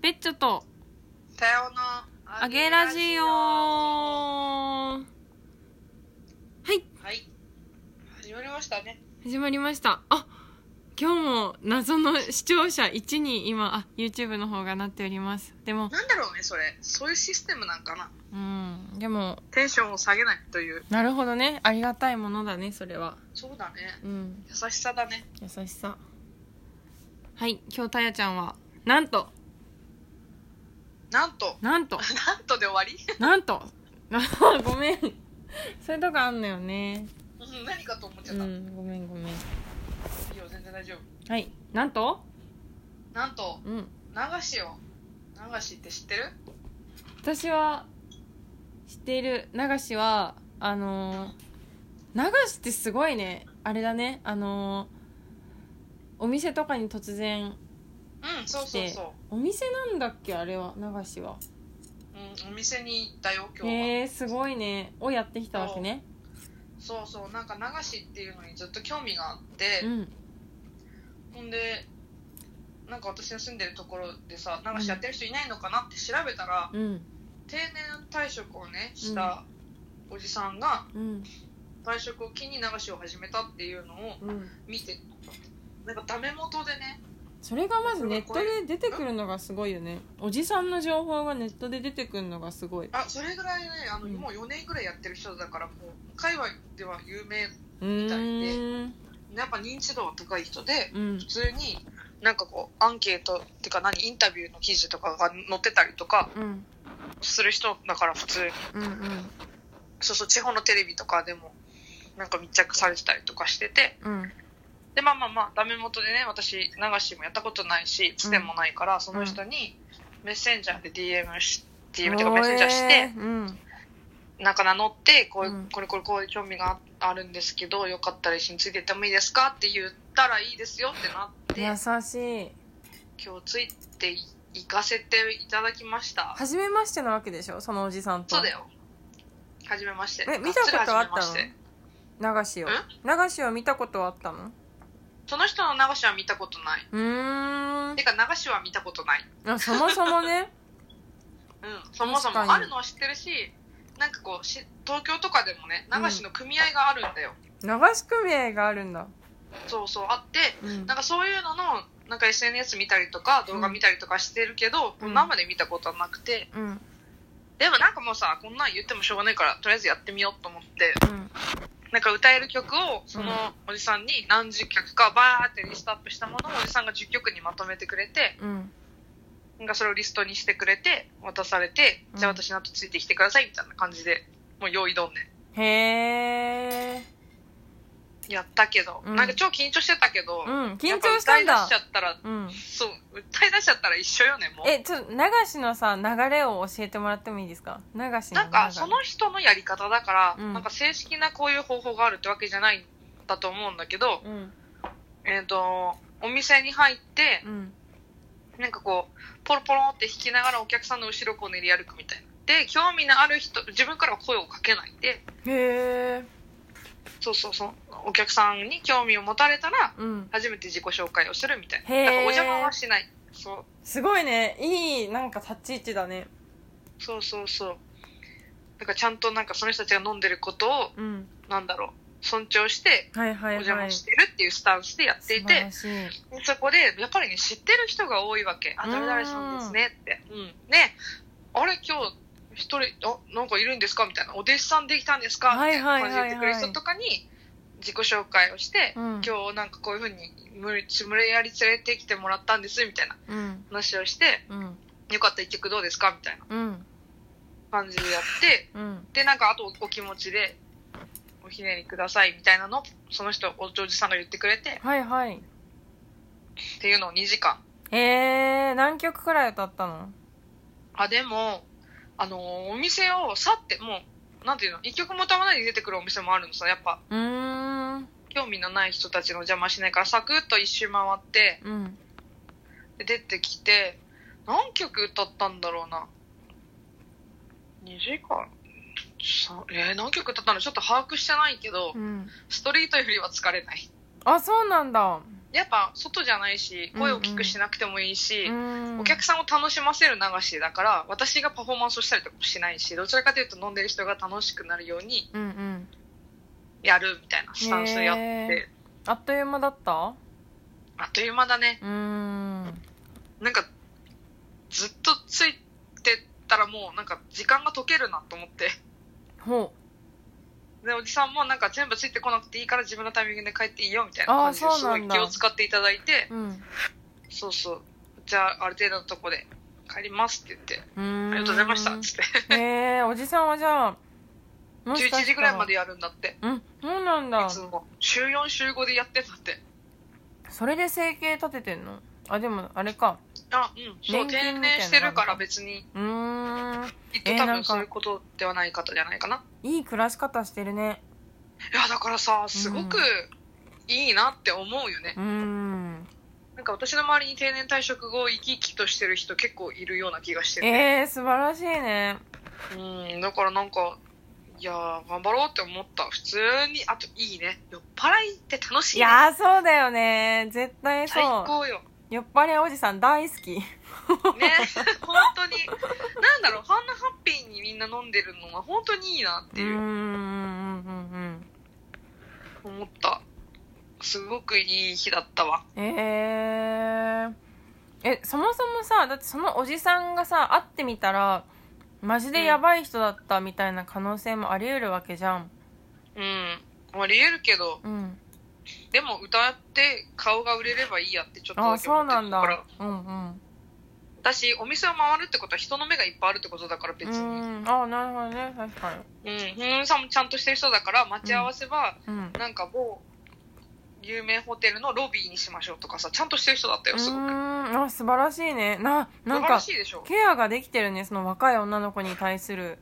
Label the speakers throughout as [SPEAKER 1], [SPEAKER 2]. [SPEAKER 1] ペッチョと
[SPEAKER 2] さような
[SPEAKER 1] あげラジオはい
[SPEAKER 2] はい始まりましたね
[SPEAKER 1] 始まりましたあ今日も謎の視聴者1に今あ YouTube の方がなっておりますでも
[SPEAKER 2] なんだろうねそれそういうシステムなんかな
[SPEAKER 1] うんでも
[SPEAKER 2] テンションを下げないという
[SPEAKER 1] なるほどねありがたいものだねそれは
[SPEAKER 2] そうだね
[SPEAKER 1] うん
[SPEAKER 2] 優しさだね
[SPEAKER 1] 優しさはい今日たやちゃんはなんと
[SPEAKER 2] なんと
[SPEAKER 1] なんと
[SPEAKER 2] なんとで終わり
[SPEAKER 1] なんと ごめんそういうとこあんのよね
[SPEAKER 2] うん何かと思っちゃ
[SPEAKER 1] う
[SPEAKER 2] った、
[SPEAKER 1] んごめんごめん
[SPEAKER 2] いいよ全然大丈夫
[SPEAKER 1] はいなんと
[SPEAKER 2] なんと
[SPEAKER 1] うん
[SPEAKER 2] 流しを流しって知ってる
[SPEAKER 1] 私は知っている流しはあのー流しってすごいねあれだねあのーお店とかに突然
[SPEAKER 2] うんそうそうそう、
[SPEAKER 1] お店なんだっけあれは流しは
[SPEAKER 2] うん、お店に行ったよ今日は、
[SPEAKER 1] へえすごいねをやってきたわけね
[SPEAKER 2] そうそうなんか流しっていうのにずっと興味があって、
[SPEAKER 1] うん
[SPEAKER 2] ほんでなんか私の住んでるところでさ流しやってる人いないのかなって調べたら、
[SPEAKER 1] うん
[SPEAKER 2] 定年退職をねしたおじさんが
[SPEAKER 1] うん
[SPEAKER 2] 退職を機に流しを始めたっていうのを
[SPEAKER 1] うん
[SPEAKER 2] 見てなんかダメ元でね
[SPEAKER 1] それがまずネットで出てくるのがすごいよねおじさんの情報がネットで出てくるのがすごい
[SPEAKER 2] あそれぐらいねあの、
[SPEAKER 1] うん
[SPEAKER 2] もう4年ぐらいやってる人だからもう界隈では有名
[SPEAKER 1] うーん
[SPEAKER 2] やっぱ認知度が高い人で
[SPEAKER 1] うん
[SPEAKER 2] 普通になんかこうアンケートっていうか何インタビューの記事とかが載ってたりとか
[SPEAKER 1] うん
[SPEAKER 2] する人だから普通に
[SPEAKER 1] うんうん
[SPEAKER 2] そうそう地方のテレビとかでもなんか密着されてたりとかしてて
[SPEAKER 1] うん
[SPEAKER 2] でまあまあまあダメ元でね私流しもやったことないしつてもないから、その人にメッセンジャーで DM し DM とかメッセンジャーして、
[SPEAKER 1] うん
[SPEAKER 2] なんか名乗ってこういう、
[SPEAKER 1] うん
[SPEAKER 2] これこれこういう興味がああるんですけどよかったら一緒についてってもいいですかって言ったらいいですよってなって
[SPEAKER 1] 優しい
[SPEAKER 2] 今日ついてい行かせていただきました
[SPEAKER 1] 初めましてなわけでしょそのおじさんと
[SPEAKER 2] そうだよはじめまして
[SPEAKER 1] え見たことあったの
[SPEAKER 2] がっつり初めまして
[SPEAKER 1] 流しを
[SPEAKER 2] ん
[SPEAKER 1] 流しを見たことはあったの
[SPEAKER 2] その人の流しは見たことないう
[SPEAKER 1] ーん
[SPEAKER 2] てか流しは見たことない
[SPEAKER 1] あそもそも ね
[SPEAKER 2] うん、そもそ
[SPEAKER 1] 確かに
[SPEAKER 2] もあるのは知ってるしなんかこうし東京とかでもね流しの組合があるんだよ、
[SPEAKER 1] 流し組合があるんだ
[SPEAKER 2] そうそうあって
[SPEAKER 1] うん
[SPEAKER 2] なんかそういうののなんか SNS 見たりとか動画見たりとかしてるけど、
[SPEAKER 1] うん
[SPEAKER 2] 生で見たことはなくて
[SPEAKER 1] うんうん
[SPEAKER 2] でもなんかもうさこんなん言ってもしょうがないからとりあえずやってみようと思ってなんか歌える曲をそのおじさんに何十曲かバーってリストアップしたものをおじさんが10曲にまとめてくれて
[SPEAKER 1] うん
[SPEAKER 2] なんかそれをリストにしてくれて渡されて、
[SPEAKER 1] うん
[SPEAKER 2] じゃあ私の後ついてきてくださいみたいな感じでもう用意どんね
[SPEAKER 1] へえ
[SPEAKER 2] やったけど、
[SPEAKER 1] うん
[SPEAKER 2] なんか超緊張してたけど、
[SPEAKER 1] うん緊張したん
[SPEAKER 2] や
[SPEAKER 1] だ
[SPEAKER 2] っぱ歌い出しちゃったら、
[SPEAKER 1] うん
[SPEAKER 2] そう、歌い出しちゃったら一緒よね、もう。
[SPEAKER 1] えちょっと流しのさ流れを教えてもらってもいいですか流しの
[SPEAKER 2] なんか、その人のやり方だから、
[SPEAKER 1] うん
[SPEAKER 2] なんか正式なこういう方法があるってわけじゃないんだと思うんだけど、
[SPEAKER 1] 流れうん
[SPEAKER 2] えっ、と、お店に入って
[SPEAKER 1] う、ん
[SPEAKER 2] なんかこう、ポロポロって弾きながらお客さんの後ろをこう練り歩くみたいな。で、興味のある人、自分からは声をかけないで、
[SPEAKER 1] へえ
[SPEAKER 2] そうそうそう、お客さんに興味を持たれたら、
[SPEAKER 1] うん
[SPEAKER 2] 初めて自己紹介をするみたいな。
[SPEAKER 1] へー
[SPEAKER 2] だからお邪魔はしない。そう。
[SPEAKER 1] すごいねいいなんか立ち位置だね
[SPEAKER 2] そうそうそう。だからちゃんとなんかその人たちが飲んでることを、
[SPEAKER 1] うん
[SPEAKER 2] なんだろう、尊重して、
[SPEAKER 1] はい
[SPEAKER 2] お
[SPEAKER 1] はい
[SPEAKER 2] 邪
[SPEAKER 1] は
[SPEAKER 2] 魔
[SPEAKER 1] い
[SPEAKER 2] してるっていうスタンスでやっていて、
[SPEAKER 1] 素晴らしい
[SPEAKER 2] そこで、やっぱりね、知ってる人が多いわけ。あ、
[SPEAKER 1] うん
[SPEAKER 2] 誰々さんですねって。うん。ね、あれ今日、一人、あ、なんかいるんですかみたいな。お弟子さんできたんですか
[SPEAKER 1] は
[SPEAKER 2] みた
[SPEAKER 1] い
[SPEAKER 2] いな
[SPEAKER 1] はい
[SPEAKER 2] 感じで言ってくれる人とかに、自己紹介をして、
[SPEAKER 1] うん
[SPEAKER 2] 今日なんかこういうふうに無理、無理やり連れてきてもらったんです、みたいな
[SPEAKER 1] うん
[SPEAKER 2] 話をして、
[SPEAKER 1] うん
[SPEAKER 2] よかった一曲どうですかみたいな
[SPEAKER 1] うん
[SPEAKER 2] 感じでやって、
[SPEAKER 1] うん
[SPEAKER 2] でなんかあとお気持ちでおひねりくださいみたいなのをその人おおじさんが言ってくれて
[SPEAKER 1] はいはい
[SPEAKER 2] っていうのを2時間
[SPEAKER 1] えー、何曲くらい歌ったの
[SPEAKER 2] あでもあのーお店を去ってもうなんていうの一曲も歌わないで出てくるお店もあるのさやっぱ
[SPEAKER 1] うーん
[SPEAKER 2] 興味のない人たちの邪魔しないからサクッと一周回って
[SPEAKER 1] うん
[SPEAKER 2] で出てきて何曲歌ったんだろうな2時間さえー、何曲歌ったのちょっと把握してないけど
[SPEAKER 1] うん
[SPEAKER 2] ストリートよりは疲れない
[SPEAKER 1] あそうなんだ
[SPEAKER 2] やっぱ外じゃないし声を大きくしなくてもいいし、お客さんを楽しませる流しだから私がパフォーマンスをしたりとかもしないしどちらかというと飲んでる人が楽しくなるように
[SPEAKER 1] うんうん
[SPEAKER 2] やるみたいなスタンスでやって、
[SPEAKER 1] へあっという間だった
[SPEAKER 2] あっという間だね
[SPEAKER 1] うーん
[SPEAKER 2] なんかずっとついてたらもうなんか時間が解けるなと思って
[SPEAKER 1] ほう
[SPEAKER 2] でおじさんもなんか全部ついてこなくていいから自分のタイミングで帰っていいよみたいな
[SPEAKER 1] あー
[SPEAKER 2] 感じで
[SPEAKER 1] そう
[SPEAKER 2] すご
[SPEAKER 1] なん
[SPEAKER 2] い
[SPEAKER 1] だ
[SPEAKER 2] 気を使っていただいて
[SPEAKER 1] うん
[SPEAKER 2] そうそうじゃあある程度のとこで帰りますって言って
[SPEAKER 1] うー
[SPEAKER 2] あ
[SPEAKER 1] ん
[SPEAKER 2] りがとうございましたっつって
[SPEAKER 1] へえおじさんはじゃあ もしかしたら
[SPEAKER 2] 11時ぐらいまでやるんだって
[SPEAKER 1] うんそうなんだ
[SPEAKER 2] いつも週4週5でやってんだって
[SPEAKER 1] それで生計立ててんのあでもあれか
[SPEAKER 2] あうんそう
[SPEAKER 1] 年金
[SPEAKER 2] 定
[SPEAKER 1] みたいな
[SPEAKER 2] 年してるから別に
[SPEAKER 1] うーん
[SPEAKER 2] きっと
[SPEAKER 1] えー
[SPEAKER 2] 多
[SPEAKER 1] なん
[SPEAKER 2] 分
[SPEAKER 1] か
[SPEAKER 2] そういうことではない方じゃないかない
[SPEAKER 1] い暮らし方してるね
[SPEAKER 2] いやだからさすごくいいなって思うよね
[SPEAKER 1] うーん
[SPEAKER 2] なんか私の周りに定年退職後生き生きとしてる人結構いるような気がしてる
[SPEAKER 1] えー、素晴らしいね
[SPEAKER 2] うん、だからなんか、いやー、頑張ろうって思った。普通に、あといいね。酔っ払いって楽しい、
[SPEAKER 1] い
[SPEAKER 2] ね。
[SPEAKER 1] やーそうだよね絶対
[SPEAKER 2] 最
[SPEAKER 1] そう
[SPEAKER 2] 高よ。
[SPEAKER 1] 酔っ払いおじさん大好き
[SPEAKER 2] ね、 本当に。なんだろう、あんなハッピーにみんな飲んでるのは本当にいいなって
[SPEAKER 1] うーんう
[SPEAKER 2] いう、
[SPEAKER 1] んうんうん
[SPEAKER 2] 思った。すごくいい日だったわ。
[SPEAKER 1] うんえー、えそもそもさだってそのおじさんがさ会ってみたらマジでやばい人だったみたいな可能性もあり得るわけじゃん
[SPEAKER 2] うん。あり得るけど、
[SPEAKER 1] うん
[SPEAKER 2] でも歌って顔が売れればいいやってちょっと
[SPEAKER 1] あ
[SPEAKER 2] だ
[SPEAKER 1] あ
[SPEAKER 2] け
[SPEAKER 1] そ
[SPEAKER 2] 思
[SPEAKER 1] う
[SPEAKER 2] って
[SPEAKER 1] な
[SPEAKER 2] た
[SPEAKER 1] ん
[SPEAKER 2] から
[SPEAKER 1] だ。うんうん
[SPEAKER 2] 私、お店を回るってことは人の目がいっぱいあるってことだから
[SPEAKER 1] う
[SPEAKER 2] 別に。うん。
[SPEAKER 1] んああなるほどね確かに
[SPEAKER 2] うん、さんもちゃんとしてる人だから待ち合わせは、
[SPEAKER 1] うん
[SPEAKER 2] なんか某有名ホテルのロビーにしましょうとかさ、ちゃんとしてる人だった
[SPEAKER 1] う
[SPEAKER 2] よ、すごく。
[SPEAKER 1] ーんあ素晴らしいねなな
[SPEAKER 2] 素
[SPEAKER 1] ん
[SPEAKER 2] 晴ら
[SPEAKER 1] か
[SPEAKER 2] しいでしょ。
[SPEAKER 1] ケアができてるねその若い女の子に対する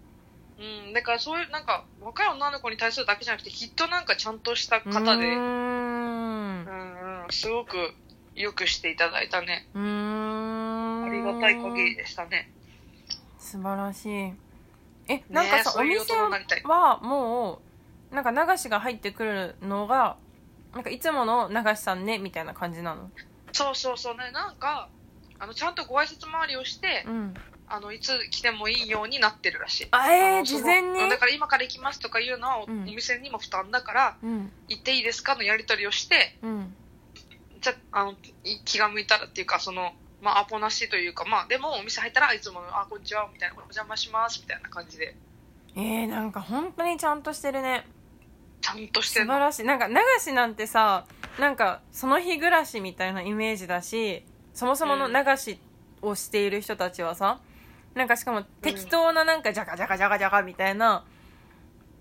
[SPEAKER 2] うん、だからそういう、なんか、若い女の子に対するだけじゃなくて、きっとなんかちゃんとした
[SPEAKER 1] う
[SPEAKER 2] 方で、
[SPEAKER 1] ーん
[SPEAKER 2] う
[SPEAKER 1] うん
[SPEAKER 2] うん、すごく良くしていただいたね。
[SPEAKER 1] ーん
[SPEAKER 2] ありがたい限りでしたね。
[SPEAKER 1] 素晴らしいえなんかさ、
[SPEAKER 2] そういう
[SPEAKER 1] お
[SPEAKER 2] 大
[SPEAKER 1] 店
[SPEAKER 2] 人になりたい。
[SPEAKER 1] はもうなんか流しが入ってくるのがなんかいつもの流しさんねみたいな感じなの
[SPEAKER 2] そうそうそうね、なんか、あの、ちゃんとご挨拶回りをして、
[SPEAKER 1] うん
[SPEAKER 2] あの、いつ来てもいいようになってるらしい。
[SPEAKER 1] あえー、
[SPEAKER 2] その
[SPEAKER 1] 事前に
[SPEAKER 2] だから今から行きますとかいうのはお、
[SPEAKER 1] うん
[SPEAKER 2] お店にも負担だから、
[SPEAKER 1] うん
[SPEAKER 2] 行っていいですかのやり取りをして、
[SPEAKER 1] うん
[SPEAKER 2] じゃあのい気が向いたらっていうかその、まあ、アポなしというか、まあ、でもお店入ったらいつもの「あこんにちは」みたいな「お邪魔します」みたいな感じで
[SPEAKER 1] えー、なんか本当にちゃんとしてるね
[SPEAKER 2] ちゃんとし
[SPEAKER 1] 素
[SPEAKER 2] て
[SPEAKER 1] 晴
[SPEAKER 2] んの
[SPEAKER 1] らしいなんか流しなんてさなんかその日暮らしみたいなイメージだしそもそもの流しをしている人たちはさ、なんかしかも適当ななんかジャカジャカジャカジャカみたいな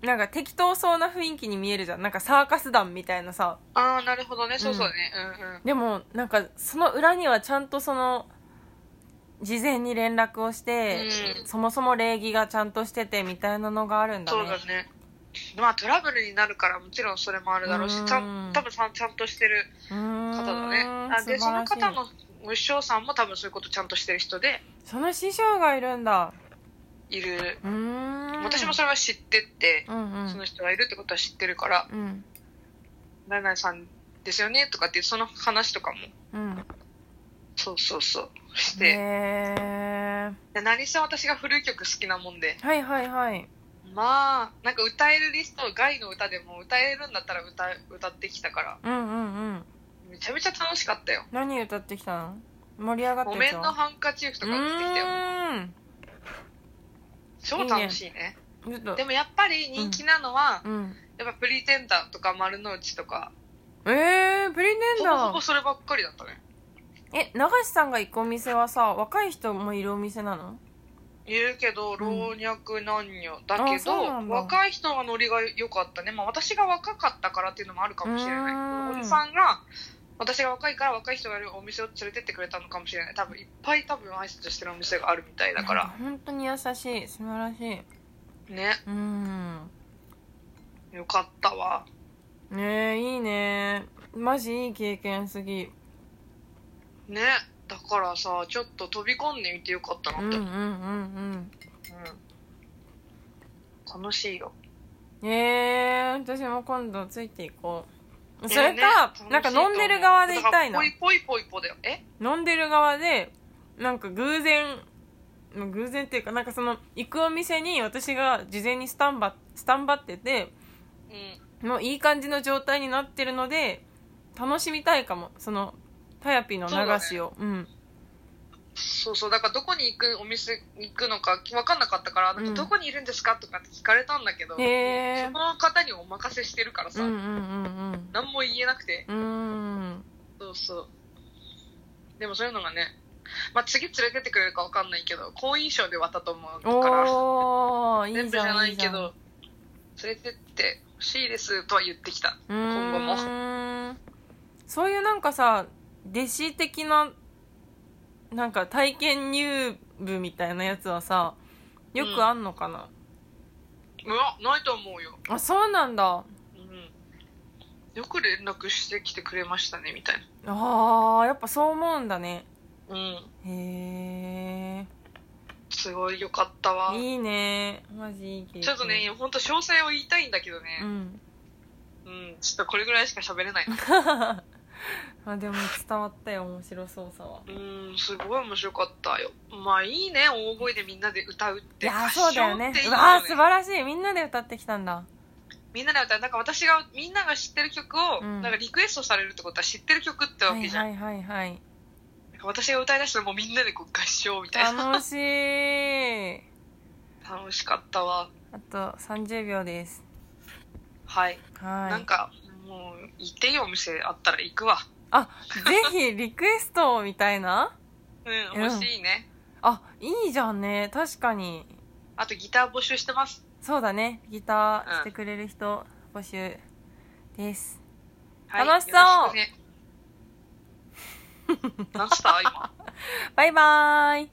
[SPEAKER 1] なんか適当そうな雰囲気に見えるじゃんなんかサーカス団みたいなさ
[SPEAKER 2] ああなるほどねそうそうだねうんうん
[SPEAKER 1] でもなんかその裏にはちゃんとその事前に連絡をして、
[SPEAKER 2] うん
[SPEAKER 1] そもそも礼儀がちゃんとしててみたいなのがあるんだね
[SPEAKER 2] そうだねまあトラブルになるからもちろんそれもあるだろうし
[SPEAKER 1] うん
[SPEAKER 2] ちゃん多分さんちゃんとしてる
[SPEAKER 1] うーん
[SPEAKER 2] 方だねあで
[SPEAKER 1] 素晴
[SPEAKER 2] そ
[SPEAKER 1] ら
[SPEAKER 2] の
[SPEAKER 1] しい
[SPEAKER 2] 方のお師匠さんも多分そういうことちゃんとしてる人で
[SPEAKER 1] その師匠がいるんだ
[SPEAKER 2] いる
[SPEAKER 1] うーん
[SPEAKER 2] 私もそれは知ってって
[SPEAKER 1] うんうん
[SPEAKER 2] その人がいるってことは知ってるから
[SPEAKER 1] うん
[SPEAKER 2] 「ナイナイさんですよね」とかっていうその話とかも
[SPEAKER 1] うん
[SPEAKER 2] そうそうそうして。
[SPEAKER 1] へー
[SPEAKER 2] で何せ私が古い曲好きなもんで
[SPEAKER 1] はいはいはい
[SPEAKER 2] まあなんか歌えるリスト外の歌でも歌えるんだったら歌歌ってきたから
[SPEAKER 1] うんうんうん
[SPEAKER 2] めちゃめちゃ楽しかったよ
[SPEAKER 1] 何歌ってきたの盛り上がっ
[SPEAKER 2] 「
[SPEAKER 1] て
[SPEAKER 2] 木
[SPEAKER 1] た
[SPEAKER 2] 綿のハンカチーフ」とか歌ってきたよ超楽しいね
[SPEAKER 1] うーんちょっ
[SPEAKER 2] でもやっぱり人気なのは、
[SPEAKER 1] とうん
[SPEAKER 2] やっぱ「プリテンダー」とか「丸の内」とか
[SPEAKER 1] えー、プリテン
[SPEAKER 2] ほぼほ
[SPEAKER 1] ダ
[SPEAKER 2] ぼ
[SPEAKER 1] ー
[SPEAKER 2] そればっかりだったね
[SPEAKER 1] え流しさんが行くお店はさ若い人もいるお店なの
[SPEAKER 2] 言うけど老若男女だけ
[SPEAKER 1] あそうな
[SPEAKER 2] ど、
[SPEAKER 1] んだ
[SPEAKER 2] 若い人はノリが良かったね、まあ、私が若かったからっていうのもあるかもしれ
[SPEAKER 1] うー
[SPEAKER 2] なんいおじさんが私が若いから若い人がいるお店を連れてってくれたのかもしれない多分いっぱい多分挨拶してるお店があるみたいだ
[SPEAKER 1] な
[SPEAKER 2] か
[SPEAKER 1] ん
[SPEAKER 2] ら
[SPEAKER 1] 本当に優しい素晴らしい
[SPEAKER 2] ね
[SPEAKER 1] うーん
[SPEAKER 2] よかったわ
[SPEAKER 1] ねえいいねマジいい経験すぎ
[SPEAKER 2] ねだからさちょっと飛び込んでみてよかったな
[SPEAKER 1] う
[SPEAKER 2] っ
[SPEAKER 1] んうん
[SPEAKER 2] て、
[SPEAKER 1] う
[SPEAKER 2] うん
[SPEAKER 1] んうん
[SPEAKER 2] 楽しいよ
[SPEAKER 1] えー、私も今度ついていこそれか、
[SPEAKER 2] えーね
[SPEAKER 1] なんか飲んでる側でいたいな
[SPEAKER 2] 楽しと思うだからポイポイポイポだよ。え
[SPEAKER 1] 飲んでる側でなんか偶然まあ偶然っていうかなんかその行くお店に私が事前にスタンバスタンバってて
[SPEAKER 2] うん。
[SPEAKER 1] もういい感じの状態になってるので楽しみたいかもそのタヤピの流しをう,、
[SPEAKER 2] そうそう。だからどこに行く、お店に行くのか分かんなかったから、なん
[SPEAKER 1] う
[SPEAKER 2] か
[SPEAKER 1] ん
[SPEAKER 2] どこにいるんですかとかって聞かれたんだけど、
[SPEAKER 1] んへえ
[SPEAKER 2] その方にお任せしてるから
[SPEAKER 1] う
[SPEAKER 2] さ、
[SPEAKER 1] んうんうん
[SPEAKER 2] 何も言えなくて。
[SPEAKER 1] うんうん
[SPEAKER 2] そうそう。でもそういうのがね、まあ、次連れてってくれるか分かんないけど、好印象で渡ったと思うから、
[SPEAKER 1] おおいいじゃん
[SPEAKER 2] 全部じゃないけ
[SPEAKER 1] いい
[SPEAKER 2] ど、連れてってほしいですとは言ってきた。
[SPEAKER 1] じゃん
[SPEAKER 2] 今後も
[SPEAKER 1] うーんそういうなんかさ弟子的ななんか体験入部みたいなやつはさよくあんのかな、
[SPEAKER 2] うわ、ないと思うよ。
[SPEAKER 1] あそうなんだ
[SPEAKER 2] うん。よく連絡してきてくれましたね、みたい
[SPEAKER 1] あーやっぱそう思うんだね
[SPEAKER 2] な。うん。
[SPEAKER 1] へえ
[SPEAKER 2] すごいよかったわ。
[SPEAKER 1] いいねマジいい経験
[SPEAKER 2] ちょっとね、ほんと詳細を言いたいんだけど
[SPEAKER 1] う
[SPEAKER 2] ね。
[SPEAKER 1] ん
[SPEAKER 2] うん。ちょっとこれぐらいしか喋れない。
[SPEAKER 1] まあでも伝わったよ面白そうさは
[SPEAKER 2] うん、すごい面白かったよ。まあいいね、大声でみんなで歌うっ
[SPEAKER 1] い
[SPEAKER 2] て。
[SPEAKER 1] やーそうだよね
[SPEAKER 2] 合唱ってい
[SPEAKER 1] ねう
[SPEAKER 2] いよ
[SPEAKER 1] わー素晴らしいみんなで歌ってきたんだ
[SPEAKER 2] みんなで歌う。なんか私が、みんなが知ってる曲を、
[SPEAKER 1] うん
[SPEAKER 2] なんかリクエストされるってことは知ってる曲ってわ
[SPEAKER 1] は
[SPEAKER 2] け
[SPEAKER 1] い
[SPEAKER 2] じゃん。
[SPEAKER 1] はいはいはい
[SPEAKER 2] なんか私が歌い出したらもうみんなでこう合唱みた いな。
[SPEAKER 1] 楽しい
[SPEAKER 2] 楽しかったわ。
[SPEAKER 1] あと30秒です
[SPEAKER 2] はい。
[SPEAKER 1] はい
[SPEAKER 2] なんか、もう、行っていいお店あったら行くわ。
[SPEAKER 1] あ ぜひリクエストみたいな
[SPEAKER 2] うん、
[SPEAKER 1] うん
[SPEAKER 2] 欲しいね。
[SPEAKER 1] あいいじゃんね確かに
[SPEAKER 2] あとギター募集してます。
[SPEAKER 1] そうだねギタ
[SPEAKER 2] うん
[SPEAKER 1] ーしてくれる人募集です、
[SPEAKER 2] はい、
[SPEAKER 1] 楽しそう
[SPEAKER 2] よろ くね、何した今。
[SPEAKER 1] バイバーイ